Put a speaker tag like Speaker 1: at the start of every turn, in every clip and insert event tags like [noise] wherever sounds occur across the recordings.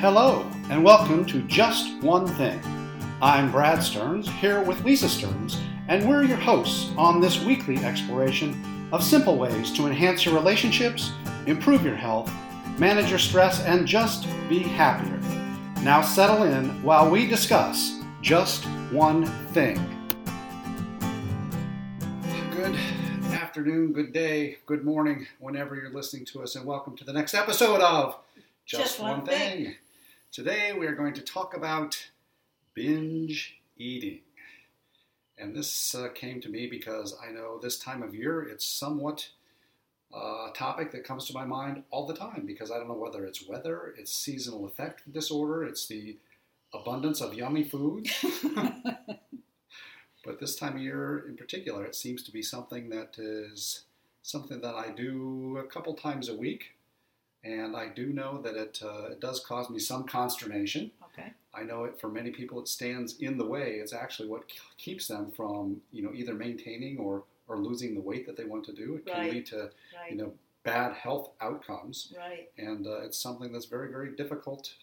Speaker 1: Hello, and welcome to Just One Thing. I'm Brad Stearns, here with Lisa Stearns, and we're your hosts on this weekly exploration of simple ways to enhance your relationships, improve your health, manage your stress, and just be happier. Now settle in while we discuss Just One Thing. Good afternoon, good day, good morning, whenever you're listening to us, and welcome to the next episode of Just,
Speaker 2: Just One Thing.
Speaker 1: Today we are going to talk about binge eating. And this uh, came to me because I know this time of year it's somewhat uh, topic that comes to my mind all the time because I don't know whether it's weather, it's seasonal affect disorder, it's the abundance of yummy food. but this time of year in particular, it seems to be something that is something that I do a couple times a week. And I do know that it, uh, it does cause me some consternation.
Speaker 2: Okay.
Speaker 1: I know it for many people it stands in the way. It's actually what k- keeps them from, you know, either maintaining or, or losing the weight that they want to do. It can
Speaker 2: Right.
Speaker 1: lead to you
Speaker 2: Right.
Speaker 1: know bad health outcomes
Speaker 2: Right.
Speaker 1: and uh, it's something that's very very difficult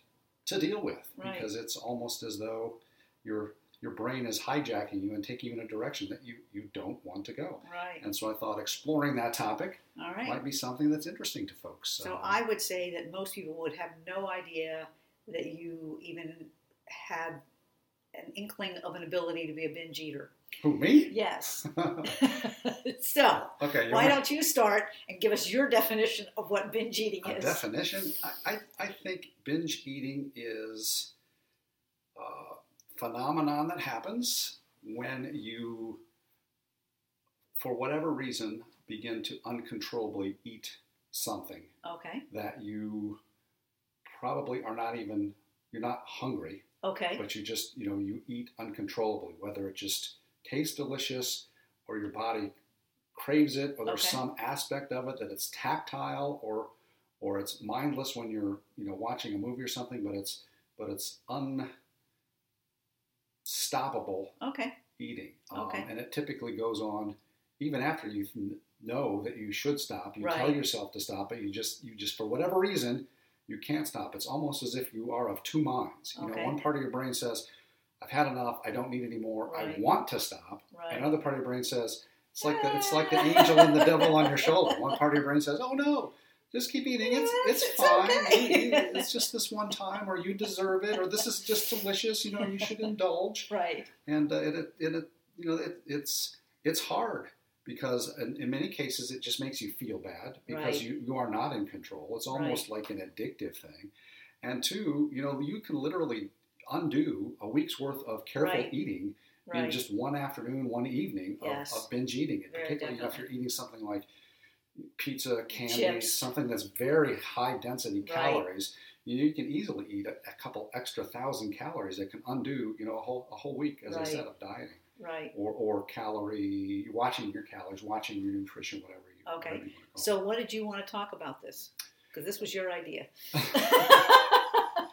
Speaker 1: to deal with
Speaker 2: Right.
Speaker 1: because it's almost as though your your brain is hijacking you and taking you in a direction that you you don't want to go
Speaker 2: Right.
Speaker 1: and so i thought exploring that topic
Speaker 2: All right.
Speaker 1: might be something that's interesting to folks
Speaker 2: So
Speaker 1: Um,
Speaker 2: I would say that most people would have no idea that you even had an inkling of an ability to be a binge eater.
Speaker 1: who me [laughs]
Speaker 2: [laughs] Yes.
Speaker 1: okay
Speaker 2: so
Speaker 1: you're
Speaker 2: why
Speaker 1: right.
Speaker 2: don't you start and give us your definition of what binge eating
Speaker 1: a
Speaker 2: is?
Speaker 1: definition. I, I, I think binge eating is a phenomenon that happens when you, for whatever reason, begin to uncontrollably eat something
Speaker 2: Okay.
Speaker 1: that you probably are not even, you're not hungry,
Speaker 2: Okay.
Speaker 1: but you just, you know, you eat uncontrollably, whether it just tastes delicious or your body craves it, or there's
Speaker 2: Okay.
Speaker 1: some aspect of it that it's tactile or or it's mindless when you're, you know, watching a movie or something, but it's but it's unstoppable
Speaker 2: Okay.
Speaker 1: eating. Um,
Speaker 2: Okay.
Speaker 1: and it typically goes on even after you kn- know that you should stop. You tell
Speaker 2: Right.
Speaker 1: yourself to stop, but you just you just for whatever reason you can't stop. It's almost as if you are of two minds. You know,
Speaker 2: Okay.
Speaker 1: one part of your brain says, "I've had enough. I don't need any more. I
Speaker 2: Right.
Speaker 1: want to stop."
Speaker 2: Right.
Speaker 1: Another part of your brain says, "It's like the, it's like the angel and the devil
Speaker 2: [laughs]
Speaker 1: on your shoulder." One part of your brain says, "Oh no." Just keep eating. It's it's,
Speaker 2: Yes, it's
Speaker 1: fine.
Speaker 2: okay."
Speaker 1: You- you- It's just this one time, or you deserve it, or this is just delicious. You know, you should indulge
Speaker 2: Right.
Speaker 1: and uh, it, it, it you know it, it's it's hard because in, in many cases it just makes you feel bad because
Speaker 2: Right.
Speaker 1: you, you are not in control it's almost like an addictive thing and two you know you can literally undo a week's worth of careful
Speaker 2: Right.
Speaker 1: eating in
Speaker 2: Right.
Speaker 1: just one afternoon one evening of,
Speaker 2: Yes.
Speaker 1: of binge eating and
Speaker 2: Very
Speaker 1: particularly you know, if you're
Speaker 2: definitely.
Speaker 1: eating something like pizza candy
Speaker 2: Chips.
Speaker 1: something that's very high density
Speaker 2: Right.
Speaker 1: calories you, you can easily eat a, a couple extra thousand calories that can undo you know a whole, a whole week as i
Speaker 2: Right.
Speaker 1: said of dieting
Speaker 2: Right.
Speaker 1: or, or calorie watching your calories, watching your nutrition, whatever you.
Speaker 2: Okay.
Speaker 1: whatever you wanna call
Speaker 2: So what did you want to talk about this? Because this was your idea.
Speaker 1: [laughs]
Speaker 2: [laughs]
Speaker 1: it.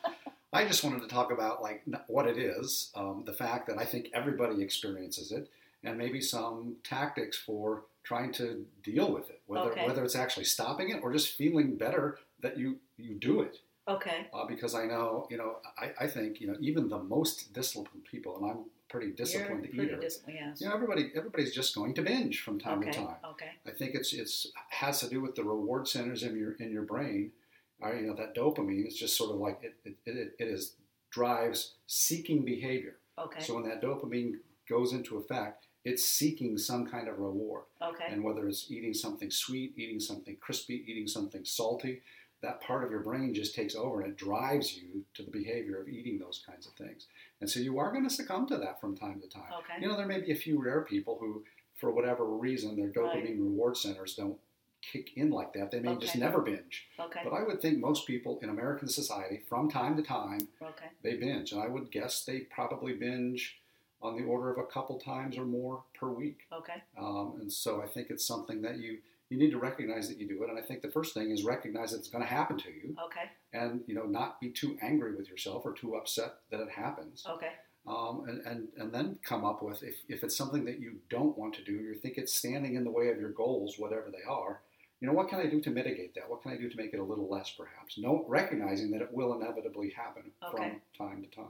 Speaker 1: I just wanted to talk about like n- what it is, um, the fact that I think everybody experiences it, and maybe some tactics for trying to deal with it, whether
Speaker 2: Okay.
Speaker 1: whether it's actually stopping it or just feeling better that you you do it.
Speaker 2: okay.
Speaker 1: Uh, because I know, you know, I, I think you know even the most disciplined people, and I'm a pretty disciplined
Speaker 2: You're pretty
Speaker 1: eater.
Speaker 2: disciplined. Yes.
Speaker 1: you know, everybody everybody's just going to binge from time
Speaker 2: okay.
Speaker 1: to time.
Speaker 2: Okay.
Speaker 1: I think it's it's has to do with the reward centers in your in your brain. Or, you know that dopamine is just sort of like it it, it, it is drives seeking behavior.
Speaker 2: Okay.
Speaker 1: So when that dopamine goes into effect, it's seeking some kind of reward,
Speaker 2: okay.
Speaker 1: and whether it's eating something sweet, eating something crispy, eating something salty, that part of your brain just takes over and it drives you to the behavior of eating those kinds of things. And so you are going to succumb to that from time to time.
Speaker 2: Okay.
Speaker 1: You know, there may be a few rare people who, for whatever reason, their dopamine
Speaker 2: Right.
Speaker 1: reward centers don't kick in like that. They may just
Speaker 2: Okay.
Speaker 1: never binge.
Speaker 2: Okay.
Speaker 1: But I would think most people in American society, from time to time,
Speaker 2: Okay.
Speaker 1: they binge. And I would guess they probably binge on the order of a couple times or more per week.
Speaker 2: Okay.
Speaker 1: Um, and so I think it's something that you you need to recognize that you do it. And I think the first thing is recognize that it's going to happen to you,
Speaker 2: Okay.
Speaker 1: and you know, not be too angry with yourself or too upset that it happens
Speaker 2: Okay.
Speaker 1: um, and, and, and then come up with if, if it's something that you don't want to do, you think it's standing in the way of your goals, whatever they are, you know, what can I do to mitigate that? What can I do to make it a little less, perhaps? No, recognizing that it will inevitably happen
Speaker 2: Okay.
Speaker 1: from time to time.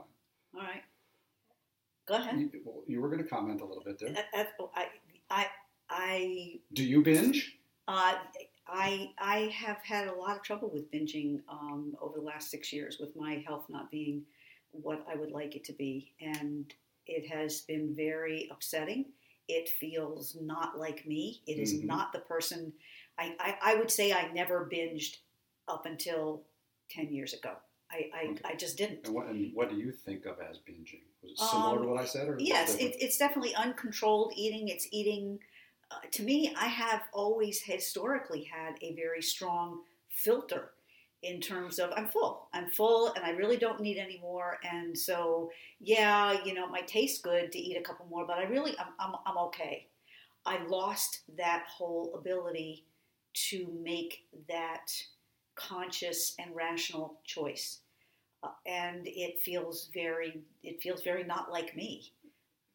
Speaker 2: All right. Go ahead.
Speaker 1: You, well, you were going to comment a little bit there.
Speaker 2: That- that's- oh, I, I, I,
Speaker 1: Do you binge?
Speaker 2: uh, I, I have had a lot of trouble with binging um, over the last six years with my health not being what I would like it to be. And it has been very upsetting. It feels not like me. It is
Speaker 1: Mhm.
Speaker 2: not the person. I, I, I would say I never binged up until 10 years ago. I, I,
Speaker 1: Okay.
Speaker 2: I just didn't.
Speaker 1: And what, and what do you think of as binging? Was it similar
Speaker 2: Um,
Speaker 1: to what I said? Or
Speaker 2: Yes,
Speaker 1: different?
Speaker 2: it, it's definitely uncontrolled eating. It's eating. Uh, to me, I have always historically had a very strong filter in terms of I'm full. I'm full, and I really don't need any more. And so, yeah, you know, it might taste good to eat a couple more, but I really, I'm, I'm, I'm okay. I lost that whole ability to make that conscious and rational choice. Uh, and it feels very it feels very not like me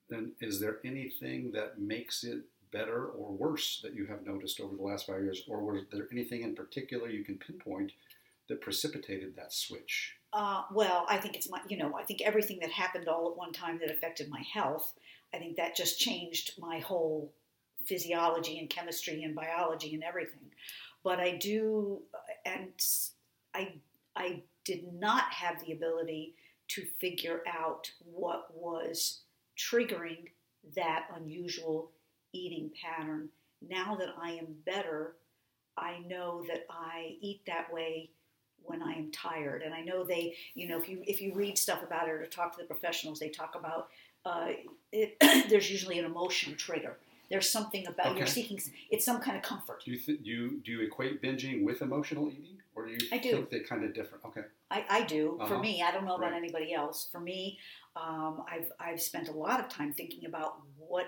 Speaker 1: Then is there anything that makes it better or worse that you have noticed over the last five years? Or was there anything in particular you can pinpoint that precipitated that switch?
Speaker 2: Uh, well, I think it's my, you know, I think everything that happened all at one time that affected my health, I think that just changed my whole physiology and chemistry and biology and everything. But I do, and I, I did not have the ability to figure out what was triggering that unusual eating pattern. Now that I am better, I know that I eat that way when I am tired. And I know they, you know, if you if you read stuff about it or talk to the professionals, they talk about uh, it, [clears throat] there's usually an emotion trigger. There's something about you're
Speaker 1: Okay.
Speaker 2: seeking. It's some kind of comfort.
Speaker 1: Do you th- you do you equate binging with emotional eating, or do you
Speaker 2: I do.
Speaker 1: think they're kind of different? Okay,
Speaker 2: I, I do. For
Speaker 1: Uh-huh.
Speaker 2: me, I don't know about
Speaker 1: Right.
Speaker 2: anybody else. For me, um, I've I've spent a lot of time thinking about what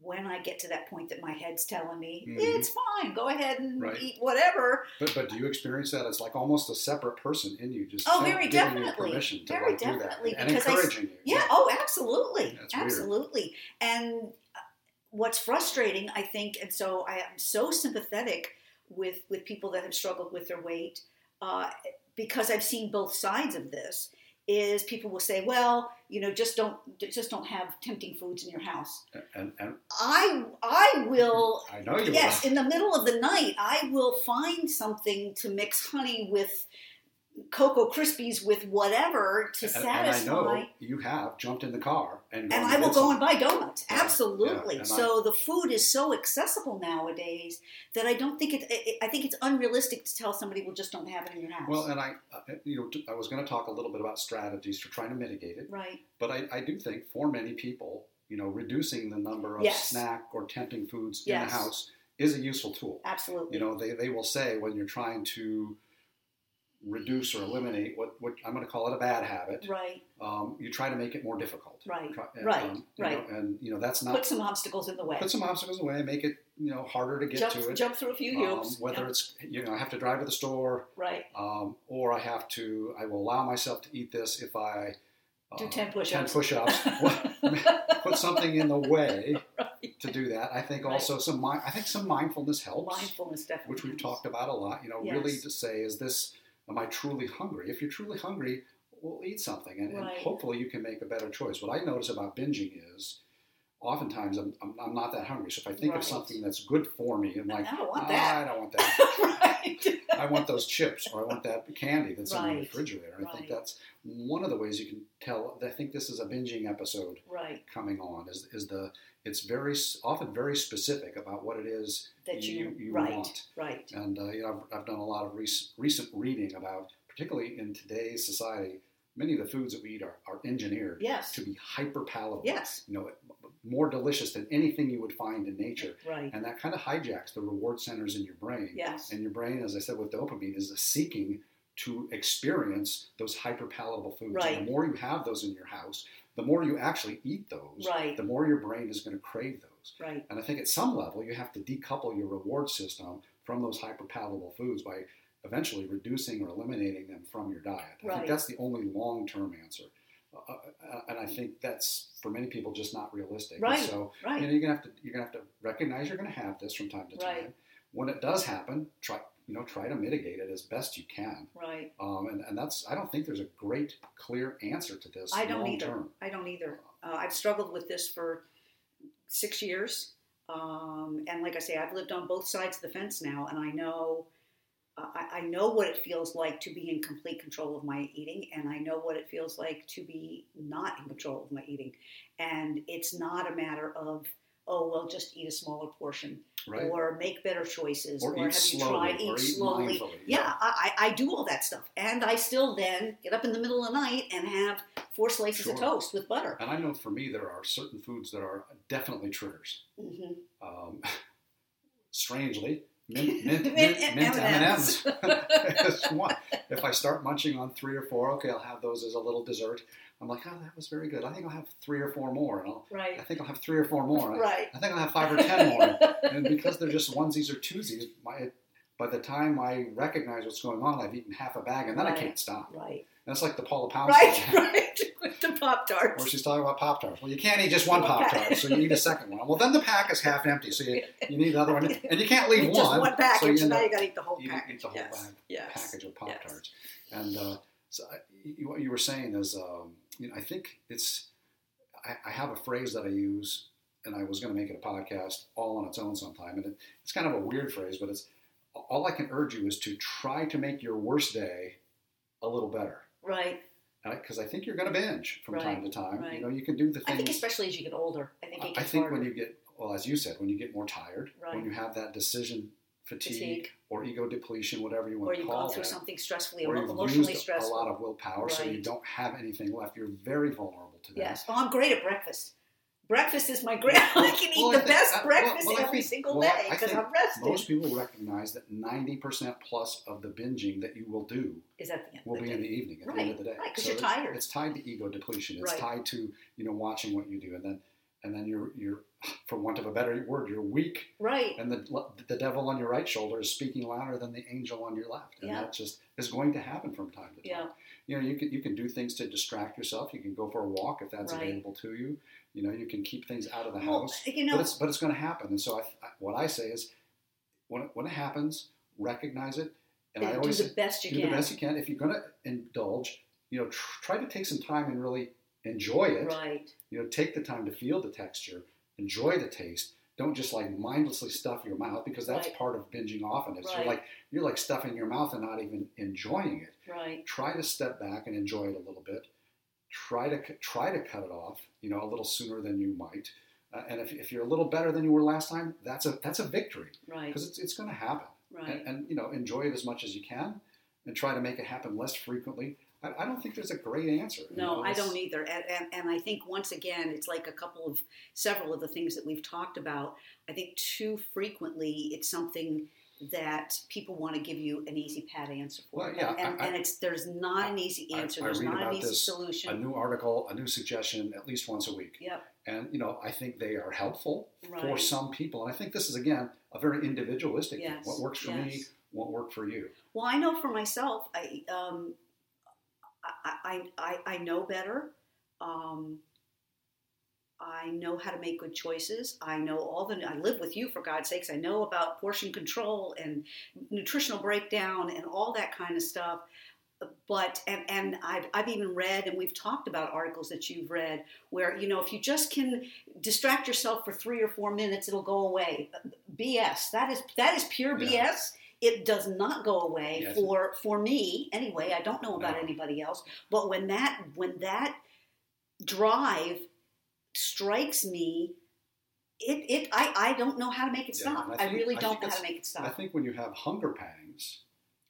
Speaker 2: when I get to that point that my head's telling me
Speaker 1: Mhm.
Speaker 2: it's fine, go ahead and
Speaker 1: Right.
Speaker 2: eat whatever.
Speaker 1: but but do you experience that as like almost a separate person in you, just
Speaker 2: Oh,
Speaker 1: saying-
Speaker 2: very
Speaker 1: giving
Speaker 2: definitely.
Speaker 1: you permission to
Speaker 2: Very
Speaker 1: like
Speaker 2: definitely,
Speaker 1: do that and
Speaker 2: because I s-
Speaker 1: encouraging you?
Speaker 2: Yeah. Oh, absolutely,
Speaker 1: That's weird.
Speaker 2: absolutely. And uh, what's frustrating, I think, and so I am so sympathetic with with people that have struggled with their weight uh, because I've seen both sides of this. Is people will say, well, you know, just don't just don't have tempting foods in your house.
Speaker 1: and and
Speaker 2: I I will
Speaker 1: [laughs] I know you.
Speaker 2: Yes,
Speaker 1: will.
Speaker 2: in the middle of the night, I will find something to mix honey with Cocoa Krispies with whatever to
Speaker 1: and, and I
Speaker 2: satisfy.
Speaker 1: know you have jumped in the car and
Speaker 2: And
Speaker 1: gone
Speaker 2: I
Speaker 1: to
Speaker 2: will
Speaker 1: get
Speaker 2: go
Speaker 1: something.
Speaker 2: and buy donuts.
Speaker 1: Yeah,
Speaker 2: Absolutely.
Speaker 1: yeah, and I-
Speaker 2: so the food is so accessible nowadays that I don't think it, it. I think it's unrealistic to tell somebody, "Well, just don't have it in your house."
Speaker 1: Well, and I, I- you know, t- I was going to talk a little bit about strategies for trying to mitigate it,
Speaker 2: right.
Speaker 1: but I, I do think for many people, you know, reducing the number of
Speaker 2: Yes.
Speaker 1: snack or tempting foods in
Speaker 2: Yes.
Speaker 1: the house is a useful tool.
Speaker 2: Absolutely.
Speaker 1: You know, they, they will say when you're trying to reduce or eliminate what, what I'm going to call it a bad habit,
Speaker 2: right.
Speaker 1: um, you try to make it more difficult.
Speaker 2: Right,
Speaker 1: Try- and,
Speaker 2: right,
Speaker 1: um, you
Speaker 2: right.
Speaker 1: know, and, you know, that's not
Speaker 2: Put some obstacles in the way.
Speaker 1: put some obstacles away, make it, you know, harder to get
Speaker 2: jump,
Speaker 1: to it.
Speaker 2: jump through a few
Speaker 1: Um,
Speaker 2: hoops.
Speaker 1: whether
Speaker 2: Yeah,
Speaker 1: it's, you know, I have to drive to the store
Speaker 2: right.
Speaker 1: um, or I have to, I will allow myself to eat this if I uh,
Speaker 2: Do 10
Speaker 1: 10
Speaker 2: push-ups. [laughs]
Speaker 1: push-ups. What- [laughs] put something in the way to do that. I think
Speaker 2: Right.
Speaker 1: also some, mi- I think some mindfulness helps
Speaker 2: Mindfulness definitely.
Speaker 1: which we've
Speaker 2: helps.
Speaker 1: talked about a lot. You know, really
Speaker 2: Yes.
Speaker 1: to say, is this, am I truly hungry? If you're truly hungry, we'll eat something, and, and
Speaker 2: Right.
Speaker 1: hopefully you can make a better choice. What I notice about binging is, oftentimes I'm, I'm, I'm not that hungry. So if I think
Speaker 2: Right.
Speaker 1: of something that's good for me, I'm like, uh,
Speaker 2: I don't want that.
Speaker 1: I don't want that.
Speaker 2: [laughs] right.
Speaker 1: I want those chips, or I want that candy that's in
Speaker 2: Right.
Speaker 1: the refrigerator. I
Speaker 2: Right.
Speaker 1: think that's one of the ways you can tell. I think this is a binging episode
Speaker 2: Right.
Speaker 1: coming on. Is is the it's very s- often very specific about what it is
Speaker 2: That you,
Speaker 1: You- you
Speaker 2: right.
Speaker 1: want.
Speaker 2: Right.
Speaker 1: And uh, you know, I've, I've done a lot of rec- recent reading about, particularly in today's society, many of the foods that we eat are, are engineered
Speaker 2: Yes.
Speaker 1: to be hyper palatable.
Speaker 2: Yes.
Speaker 1: You know, more delicious than anything you would find in nature.
Speaker 2: Right.
Speaker 1: And that kind of hijacks the reward centers in your brain.
Speaker 2: Yes.
Speaker 1: And your brain, as I said with dopamine, is seeking to experience those hyper palatable foods.
Speaker 2: Right.
Speaker 1: And the more you have those in your house, the more you actually eat those,
Speaker 2: Right.
Speaker 1: the more your brain is going to crave those.
Speaker 2: Right.
Speaker 1: And I think at some level, you have to decouple your reward system from those hyperpalatable foods by eventually reducing or eliminating them from your diet. I
Speaker 2: Right.
Speaker 1: think that's the only long term answer. Uh, uh, and I think that's for many people just not realistic. And
Speaker 2: Right.
Speaker 1: so you know,
Speaker 2: Right.
Speaker 1: you're gonna have to you're gonna have to recognize you're gonna have this from time to time.
Speaker 2: Right.
Speaker 1: when it does happen, try you know try to mitigate it as best you can.
Speaker 2: Right.
Speaker 1: Um, and, and that's I don't think there's a great clear answer to this.
Speaker 2: I don't
Speaker 1: long
Speaker 2: either.
Speaker 1: Term.
Speaker 2: I don't either. Uh, I've struggled with this for six years. Um, and like I say, I've lived on both sides of the fence now, and I know. I I know what it feels like to be in complete control of my eating, and I know what it feels like to be not in control of my eating. And it's not a matter of, oh, well, just eat a smaller portion
Speaker 1: Right.
Speaker 2: or make better choices
Speaker 1: Or eat
Speaker 2: have
Speaker 1: slowly,
Speaker 2: you tried eat
Speaker 1: or eat
Speaker 2: slowly.
Speaker 1: mindfully,
Speaker 2: Yeah,
Speaker 1: yeah.
Speaker 2: I, I I do all that stuff, and I still then get up in the middle of the night and have four slices of
Speaker 1: Sure.
Speaker 2: toast with butter.
Speaker 1: And I know for me there are certain foods that are definitely triggers.
Speaker 2: hmm
Speaker 1: um, [laughs] strangely,
Speaker 2: [laughs]
Speaker 1: mint, mint,
Speaker 2: Mint
Speaker 1: mint,
Speaker 2: and
Speaker 1: mint,
Speaker 2: M&Ms.
Speaker 1: M&Ms. [laughs] It's one. If I start munching on three or four, okay, I'll have those as a little dessert. I'm like, oh, that was very good. I think I'll have three or four more, and I'll, I
Speaker 2: Right,
Speaker 1: think I'll have three or four more. I-
Speaker 2: right.
Speaker 1: I think I'll have five or ten more. and because they're just onesies or twosies, my by the time I recognize what's going on, I've eaten half a bag, and then I
Speaker 2: Right.
Speaker 1: can't stop.
Speaker 2: right,
Speaker 1: That's like the Paula Pound
Speaker 2: right,
Speaker 1: story.
Speaker 2: [laughs] right. With the pop
Speaker 1: Or
Speaker 2: tarts.
Speaker 1: she's talking about Pop Tarts. Well, you can't eat just one Pop Tart, so you need a second one. Well, then the pack is half empty, so you, you need another one. And you can't leave
Speaker 2: Just
Speaker 1: one.
Speaker 2: one package,
Speaker 1: so you
Speaker 2: and
Speaker 1: end
Speaker 2: now
Speaker 1: up
Speaker 2: you got to eat the whole
Speaker 1: eating-
Speaker 2: package.
Speaker 1: eat the whole
Speaker 2: yes,
Speaker 1: bag-
Speaker 2: yes.
Speaker 1: package of Pop
Speaker 2: Yes.
Speaker 1: Tarts. And uh, so I, you, what you were saying is, um, you know, I think it's, I, I have a phrase that I use, and I was going to make it a podcast all on its own sometime. And it, it's kind of a weird phrase, but it's all I can urge you is to try to make your worst day a little better.
Speaker 2: Right.
Speaker 1: Because I think you're going to binge from time to time.
Speaker 2: right.
Speaker 1: You know, you can do the things.
Speaker 2: I think especially as you get older, I think
Speaker 1: I-
Speaker 2: it
Speaker 1: I
Speaker 2: gets
Speaker 1: think
Speaker 2: harder.
Speaker 1: when you get, well, as you said, when you get more tired,
Speaker 2: Right.
Speaker 1: when you have that decision fatigue,
Speaker 2: fatigue,
Speaker 1: or ego depletion, whatever you
Speaker 2: or
Speaker 1: want to
Speaker 2: you've
Speaker 1: call
Speaker 2: gone through
Speaker 1: that,
Speaker 2: something stressfully
Speaker 1: or
Speaker 2: or
Speaker 1: you've
Speaker 2: emotionally
Speaker 1: used
Speaker 2: stressful.
Speaker 1: a lot of willpower, so you
Speaker 2: Right.
Speaker 1: don't have anything left, you're very vulnerable to that.
Speaker 2: Yes. Oh, I'm great at breakfast. Breakfast is my great. [laughs]
Speaker 1: Well,
Speaker 2: I can eat
Speaker 1: well,
Speaker 2: the
Speaker 1: I think-
Speaker 2: best
Speaker 1: uh, well,
Speaker 2: breakfast
Speaker 1: well, I
Speaker 2: every
Speaker 1: think-
Speaker 2: single
Speaker 1: well,
Speaker 2: day
Speaker 1: I
Speaker 2: because
Speaker 1: think
Speaker 2: I'm rested.
Speaker 1: Most people recognize that 90% plus of the binging that you will do
Speaker 2: is at the end.
Speaker 1: will
Speaker 2: of
Speaker 1: be
Speaker 2: the
Speaker 1: in
Speaker 2: day.
Speaker 1: the evening at the end of the day.
Speaker 2: Right, 'cause
Speaker 1: So
Speaker 2: you're
Speaker 1: it's-
Speaker 2: tired.
Speaker 1: It's tied to ego depletion. It's
Speaker 2: Right.
Speaker 1: tied to you know watching what you do, and then and then you're you're for want of a better word, you're weak
Speaker 2: Right.
Speaker 1: and the, the devil on your right shoulder is speaking louder than the angel on your left and
Speaker 2: Yeah.
Speaker 1: that just is going to happen from time to time
Speaker 2: Yeah.
Speaker 1: you know you can, you can do things to distract yourself you can go for a walk if that's
Speaker 2: Right.
Speaker 1: available to you you know you can keep things out of the
Speaker 2: Well,
Speaker 1: house
Speaker 2: you
Speaker 1: but
Speaker 2: know,
Speaker 1: it's but it's going to happen and so I, I, what i say is when it, when it happens recognize it and i
Speaker 2: then do
Speaker 1: always
Speaker 2: the
Speaker 1: say,
Speaker 2: best you
Speaker 1: do
Speaker 2: can.
Speaker 1: the best you can if you're going to indulge you know tr- try to take some time and really enjoy it
Speaker 2: Right.
Speaker 1: you know, take the time to feel the texture, enjoy the taste. Don't just like mindlessly stuff your mouth because that's
Speaker 2: Right.
Speaker 1: part of binging often. Is
Speaker 2: Right.
Speaker 1: you're like you're like stuffing your mouth and not even enjoying it.
Speaker 2: Right.
Speaker 1: Try to step back and enjoy it a little bit. Try to cu- try to cut it off, you know, a little sooner than you might. Uh, and if, if you're a little better than you were last time, that's a that's a victory
Speaker 2: Right.
Speaker 1: because it's it's going to happen.
Speaker 2: Right.
Speaker 1: And, and you know, enjoy it as much as you can, and try to make it happen less frequently. I, I don't think there's a great answer. you
Speaker 2: No,
Speaker 1: know,
Speaker 2: I
Speaker 1: it's-
Speaker 2: don't either. And, and, and I think once again, it's like a couple of several of the things that we've talked about. I think too frequently, it's something that people want to give you an easy pat answer for.
Speaker 1: Well, yeah,
Speaker 2: and,
Speaker 1: I-
Speaker 2: and it's there's not an easy
Speaker 1: I-
Speaker 2: answer.
Speaker 1: I
Speaker 2: there's
Speaker 1: read
Speaker 2: not an
Speaker 1: about
Speaker 2: easy
Speaker 1: this,
Speaker 2: solution.
Speaker 1: a new article, a new suggestion at least once a week.
Speaker 2: Yep.
Speaker 1: And you know, I think they are helpful for
Speaker 2: Right.
Speaker 1: some people. And I think this is again a very individualistic thing.
Speaker 2: Yes,
Speaker 1: What works for me
Speaker 2: yes.
Speaker 1: won't work for you.
Speaker 2: Well, I know for myself, I um, I, I, I I know better. Um, I know how to make good choices. I know all the. I live with you for God's sakes. I know about portion control and nutritional breakdown and all that kind of stuff. But and and I've I've even read and we've talked about articles that you've read where you know if you just can distract yourself for three or four minutes it'll go away. BS. That is that is pure
Speaker 1: Yeah.
Speaker 2: BS it does not go away
Speaker 1: Yes.
Speaker 2: for for me anyway i don't know about
Speaker 1: No.
Speaker 2: anybody else but when that when that drive strikes me it it i i don't know how to make it
Speaker 1: Yeah,
Speaker 2: stop
Speaker 1: and I
Speaker 2: i,
Speaker 1: think-
Speaker 2: really
Speaker 1: I
Speaker 2: don't
Speaker 1: think
Speaker 2: know how to
Speaker 1: it's-
Speaker 2: make it
Speaker 1: I
Speaker 2: stop
Speaker 1: think when you have hunger pangs,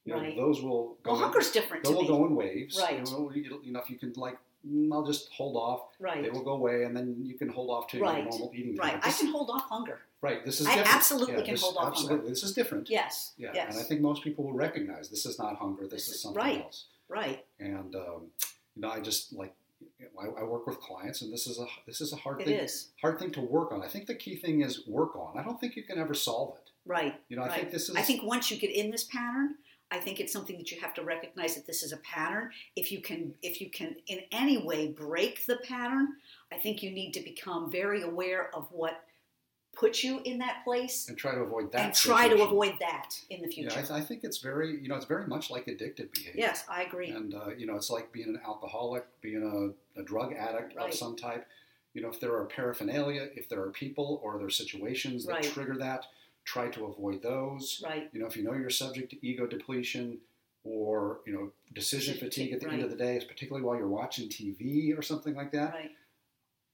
Speaker 1: you know,
Speaker 2: Right.
Speaker 1: those will go
Speaker 2: well hunger's
Speaker 1: in,
Speaker 2: different
Speaker 1: they
Speaker 2: to
Speaker 1: will
Speaker 2: me
Speaker 1: go in waves.
Speaker 2: Right.
Speaker 1: You know, you, you know, if you can like "Mm, I'll just hold off. They
Speaker 2: right
Speaker 1: will go away, and then you can hold off to your
Speaker 2: Right.
Speaker 1: normal eating.
Speaker 2: right
Speaker 1: habits.
Speaker 2: i
Speaker 1: This-
Speaker 2: can hold off hunger
Speaker 1: right. This is
Speaker 2: I
Speaker 1: different.
Speaker 2: absolutely
Speaker 1: Yeah,
Speaker 2: can
Speaker 1: this-
Speaker 2: hold off
Speaker 1: Absolutely,
Speaker 2: hunger
Speaker 1: this is different.
Speaker 2: yes
Speaker 1: Yeah,
Speaker 2: yes
Speaker 1: and I think most people will recognize this is not hunger. This,
Speaker 2: This
Speaker 1: is
Speaker 2: is-
Speaker 1: something
Speaker 2: right.
Speaker 1: else.
Speaker 2: right
Speaker 1: And um, you know, I just like you know, I, I work with clients, and this is a this is a hard
Speaker 2: it
Speaker 1: thing
Speaker 2: is
Speaker 1: hard thing to work on. I think the key thing is work on. I don't think you can ever solve it.
Speaker 2: right
Speaker 1: You know, I
Speaker 2: Right.
Speaker 1: think this is
Speaker 2: I think once you get in this pattern, I think it's something that you have to recognize that this is a pattern. If you can, if you can in any way break the pattern, I think you need to become very aware of what put you in that place
Speaker 1: and try to avoid that.
Speaker 2: and try to
Speaker 1: situation.
Speaker 2: avoid that in the
Speaker 1: Yeah,
Speaker 2: future.
Speaker 1: I, th- I think it's very, you know, it's very much like addictive behavior.
Speaker 2: yes, I agree.
Speaker 1: And uh, you know, it's like being an alcoholic, being a, a drug addict
Speaker 2: Right.
Speaker 1: of some type. You know, if there are paraphernalia, if there are people or there are situations that
Speaker 2: Right.
Speaker 1: trigger that, try to avoid those.
Speaker 2: Right.
Speaker 1: You know, if you know you're subject to ego depletion or you know decision
Speaker 2: Decision
Speaker 1: fatigue at the
Speaker 2: fatigue,
Speaker 1: end of the day, particularly while you're watching TV or something like that,
Speaker 2: Right.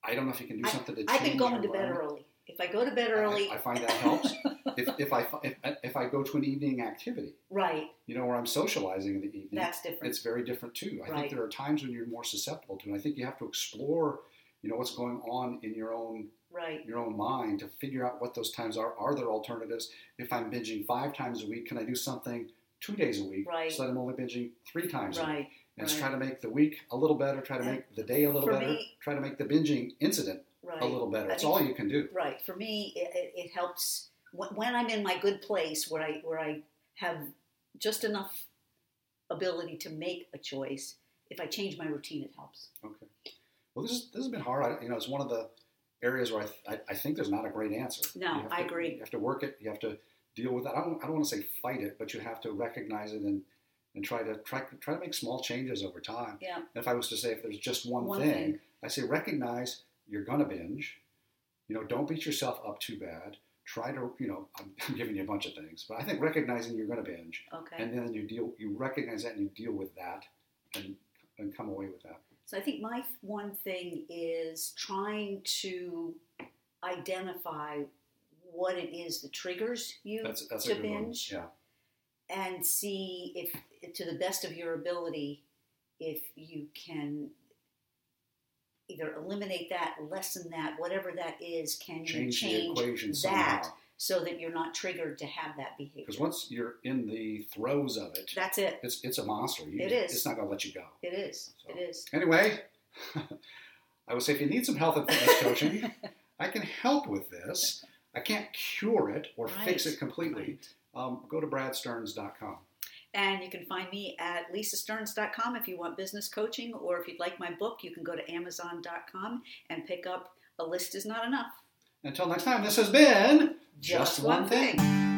Speaker 1: I don't know if you can do something to
Speaker 2: I've
Speaker 1: change
Speaker 2: been going
Speaker 1: your
Speaker 2: to bed
Speaker 1: environment.
Speaker 2: early. If I go to bed
Speaker 1: I-
Speaker 2: early,
Speaker 1: I, find that
Speaker 2: [laughs]
Speaker 1: helps. if, if I fi- if, if I go to an evening activity,
Speaker 2: right,
Speaker 1: you know, where I'm socializing in the evening,
Speaker 2: that's different.
Speaker 1: it's very different too. I
Speaker 2: Right.
Speaker 1: think there are times when you're more susceptible to, it. and I think you have to explore, you know, what's going on in your own
Speaker 2: Right.
Speaker 1: your own mind to figure out what those times are. Are there alternatives? If I'm binging five times a week, can I do something two days a week
Speaker 2: Right.
Speaker 1: so that I'm only binging three times? A week?
Speaker 2: Right.
Speaker 1: And it's
Speaker 2: right.
Speaker 1: try to make the week a little better, try to
Speaker 2: And
Speaker 1: make the day a little
Speaker 2: for
Speaker 1: better,
Speaker 2: me-
Speaker 1: try to make the binging incident
Speaker 2: Right.
Speaker 1: a little better.
Speaker 2: I
Speaker 1: It's
Speaker 2: think-
Speaker 1: all you can do.
Speaker 2: Right. For me, it, it, it helps when, when I'm in my good place where I where I have just enough ability to make a choice. If I change my routine, it helps.
Speaker 1: Okay. Well, this, is, this has been hard. I, you know, it's one of the areas where I, th- I, I think there's not a great answer.
Speaker 2: No,
Speaker 1: You have
Speaker 2: I
Speaker 1: to-
Speaker 2: agree.
Speaker 1: You have to work it. You have to deal with that. I don't, I don't want to say fight it, but you have to recognize it and, and try to try, try to make small changes over time.
Speaker 2: Yeah.
Speaker 1: And if I was to say if there's just one,
Speaker 2: One
Speaker 1: thing,
Speaker 2: thing.
Speaker 1: I say recognize you're gonna binge. You know, don't beat yourself up too bad. Try to, you know, I'm, [laughs] I'm giving you a bunch of things, but I think recognizing you're gonna binge,
Speaker 2: Okay.
Speaker 1: and then you deal, you recognize that and you deal with that, and and come away with that.
Speaker 2: So I think my one thing is trying to identify what it is that triggers you
Speaker 1: That's that's
Speaker 2: To
Speaker 1: a good
Speaker 2: binge?
Speaker 1: one. Yeah.
Speaker 2: and see if, to the best of your ability, if you can either eliminate that, lessen that, whatever that is, can
Speaker 1: change,
Speaker 2: you
Speaker 1: the
Speaker 2: change
Speaker 1: equation
Speaker 2: that
Speaker 1: somehow.
Speaker 2: so that you're not triggered to have that behavior?
Speaker 1: Because once you're in the throes of it,
Speaker 2: That's it.
Speaker 1: it's it's a monster. You,
Speaker 2: It is.
Speaker 1: It's not going to let you go.
Speaker 2: It is.
Speaker 1: So-
Speaker 2: It is.
Speaker 1: Anyway, [laughs] I would say if you need some health and
Speaker 2: [laughs]
Speaker 1: fitness coaching, I can help with this. I can't cure it or fix
Speaker 2: Right,
Speaker 1: it completely.
Speaker 2: right.
Speaker 1: Um, go to bradstearns.com.
Speaker 2: And you can find me at lisasterns.com if you want business coaching, or if you'd like my book, you can go to amazon.com and pick up A List Is Not Enough.
Speaker 1: Until next time, this has been Just One Thing.